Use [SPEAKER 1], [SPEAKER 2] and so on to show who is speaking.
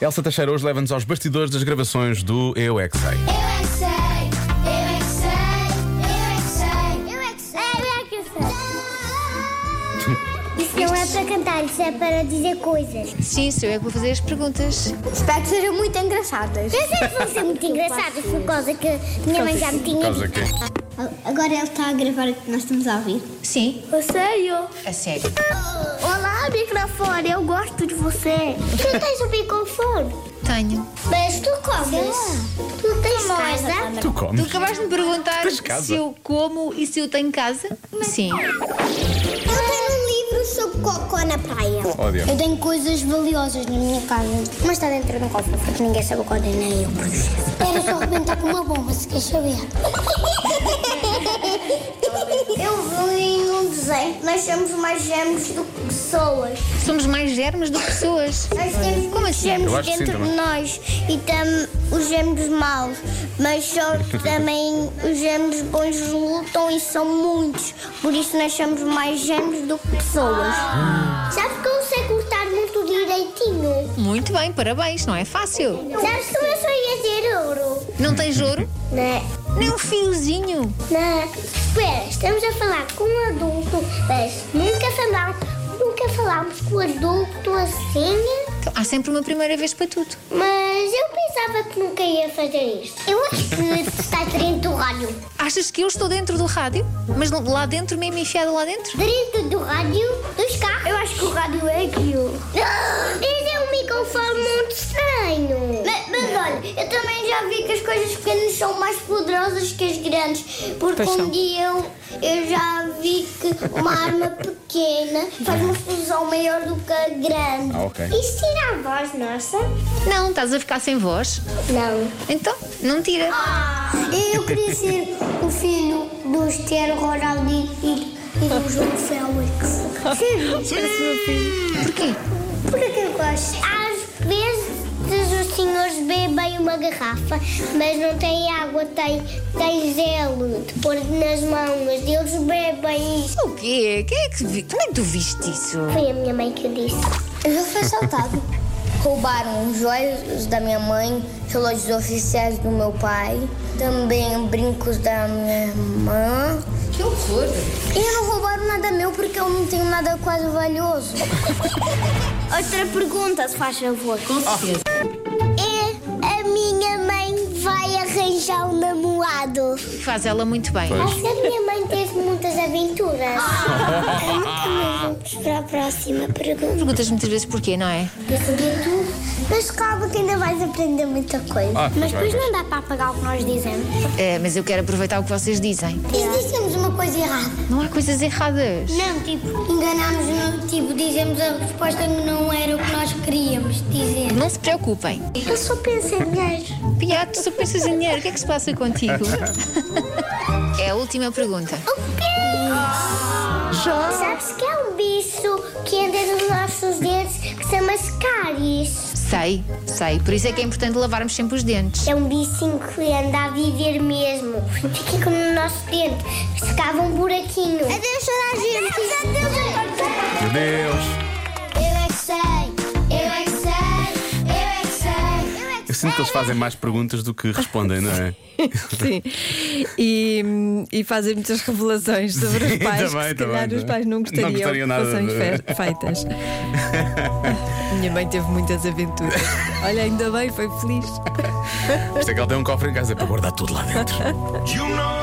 [SPEAKER 1] Elsa Teixeira hoje leva-nos aos bastidores das gravações do Eu É Que Sei.
[SPEAKER 2] Eu é que sei, eu é que sei, eu é que sei, eu é que sei, eu é que sei. Isso não é para cantar, isso é para dizer coisas.
[SPEAKER 3] Sim, sou eu que vou fazer as perguntas.
[SPEAKER 2] Espero que sejam muito engraçadas. Eu sei é que vão ser muito engraçadas por causa que minha mãe já me
[SPEAKER 1] Por
[SPEAKER 2] tinha
[SPEAKER 1] causa que
[SPEAKER 2] Agora ele está a gravar o que nós estamos a ouvir.
[SPEAKER 3] Sim,
[SPEAKER 2] Eu sei, eu.
[SPEAKER 3] a sério.
[SPEAKER 2] Olá, microfone, eu gosto de você. Tu tens o microfone?
[SPEAKER 3] Tenho.
[SPEAKER 2] Mas tu comes? Tu tens casa?
[SPEAKER 1] tu
[SPEAKER 3] Tu
[SPEAKER 1] comes.
[SPEAKER 3] acabaste de me perguntar
[SPEAKER 1] Tens casa?
[SPEAKER 3] se eu como e se eu tenho casa? Sim.
[SPEAKER 2] Eu tenho um livro sobre cocó na praia.
[SPEAKER 1] Ódio.
[SPEAKER 2] Eu tenho coisas valiosas na minha casa. Mas está dentro de um cofre, porque ninguém sabe o que é, nem eu. Era só arrebentar com uma bomba, se quer saber. Eu vi num desenho, nós somos mais gêmeos do que pessoas.
[SPEAKER 3] Somos mais germes do que pessoas.
[SPEAKER 2] Nós temos Como assim?
[SPEAKER 1] Eu
[SPEAKER 2] gêmeos
[SPEAKER 1] acho que sim
[SPEAKER 2] dentro de
[SPEAKER 1] também.
[SPEAKER 2] nós e tam, os gêmeos maus, mas só também os gêmeos bons lutam e são muitos, por isso nós somos mais gêmeos do que pessoas.
[SPEAKER 1] Ah.
[SPEAKER 2] Sabes que eu sei cortar muito direitinho?
[SPEAKER 3] Muito bem, parabéns, não é fácil.
[SPEAKER 2] Sabes que eu só ia ter ouro?
[SPEAKER 3] Não tens ouro?
[SPEAKER 2] Né?
[SPEAKER 3] Nem um fiozinho.
[SPEAKER 2] Né? Espera, estamos a falar com um adulto, mas nunca falámos, nunca falámos com adulto assim.
[SPEAKER 3] Então, há sempre uma primeira vez para tudo.
[SPEAKER 2] Mas eu pensava que nunca ia fazer isto. Eu acho que tu estás dentro do rádio.
[SPEAKER 3] Achas que eu estou dentro do rádio? Mas não- lá dentro, mesmo enfiada lá dentro?
[SPEAKER 2] Dentro do rádio dos carros. Eu acho que o rádio é aquilo. Esse é um microfone muito estranho. Mas, olha, eu também já vi que as coisas pequenas são mais poderosas que as grandes. Porque
[SPEAKER 3] Pois são.
[SPEAKER 2] um dia eu, eu já vi que uma arma pequena faz uma explosão maior do que a grande.
[SPEAKER 1] Ah, ok.
[SPEAKER 2] Isso tira a voz nossa?
[SPEAKER 3] Não, estás a ficar sem voz.
[SPEAKER 2] Não.
[SPEAKER 3] Então, não tira.
[SPEAKER 2] Eu queria ser o filho do Esther Ronaldinho e, e do João Félix.
[SPEAKER 3] Porquê?
[SPEAKER 2] Por é que eu gosto? Às vezes os senhores bebem uma garrafa, mas não tem água, tem, tem gelo de pôr nas mãos. Eles bebem isso.
[SPEAKER 3] O quê? Quem é que vi? Como é que tu viste isso?
[SPEAKER 2] Foi a minha mãe que disse. Eu fui assaltado.
[SPEAKER 4] Roubaram joias da minha mãe, relógios oficiais do meu pai, também brincos da minha irmã.
[SPEAKER 3] Que horror!
[SPEAKER 4] E não roubaram nada meu porque eu não tenho nada quase valioso.
[SPEAKER 2] Outra pergunta, se faz favor.
[SPEAKER 3] Com certeza.
[SPEAKER 2] É, a minha mãe vai arranjar um namorado.
[SPEAKER 3] Faz ela muito bem.
[SPEAKER 1] Pois.
[SPEAKER 2] Acho que a minha mãe teve muitas aventuras. Vamos para a próxima pergunta.
[SPEAKER 3] Perguntas muitas vezes porquê, não é?
[SPEAKER 2] Eu sabia tudo, mas calma que ainda vais aprender muita coisa.
[SPEAKER 1] Ah,
[SPEAKER 2] mas
[SPEAKER 1] pois vai,
[SPEAKER 2] depois não dá para apagar o que nós dizemos.
[SPEAKER 3] É, mas eu quero aproveitar o que vocês dizem.
[SPEAKER 2] E dissemos uma coisa errada.
[SPEAKER 3] Não há coisas erradas.
[SPEAKER 2] Não, tipo, enganámos-nos, tipo, dizemos a resposta que não era o que nós queríamos dizer.
[SPEAKER 3] Não se preocupem.
[SPEAKER 2] Eu só penso em dinheiro.
[SPEAKER 3] Piato, tu só pensas em dinheiro. O que é que se passa contigo? É a última pergunta.
[SPEAKER 2] O quê? Sabes que é um bicho que anda nos nossos dentes que chama-se cáries.
[SPEAKER 3] Sei, sei. Por isso é que é importante lavarmos sempre os dentes.
[SPEAKER 2] É um bichinho que anda a viver mesmo. Fica como no nosso dente. Secava um buraquinho. Adeus, toda a
[SPEAKER 1] Meu
[SPEAKER 2] gente.
[SPEAKER 1] Deus.
[SPEAKER 2] Eu é que sei. Eu é que sei. Eu é que sei. Eu é
[SPEAKER 1] Eu sinto que eles fazem mais perguntas do que respondem, não é?
[SPEAKER 5] Sim. E, e fazem muitas revelações sobre os
[SPEAKER 1] Sim,
[SPEAKER 5] pais
[SPEAKER 1] também,
[SPEAKER 5] que se
[SPEAKER 1] também,
[SPEAKER 5] calhar os
[SPEAKER 1] não é?
[SPEAKER 5] pais não
[SPEAKER 1] Não
[SPEAKER 5] gostariam,
[SPEAKER 1] gostariam nada
[SPEAKER 5] que fossem
[SPEAKER 1] de-
[SPEAKER 5] fe- feitas. Minha mãe teve muitas aventuras. Olha, ainda bem, foi feliz.
[SPEAKER 1] Isto é que ele tem um cofre em casa para guardar tudo lá dentro.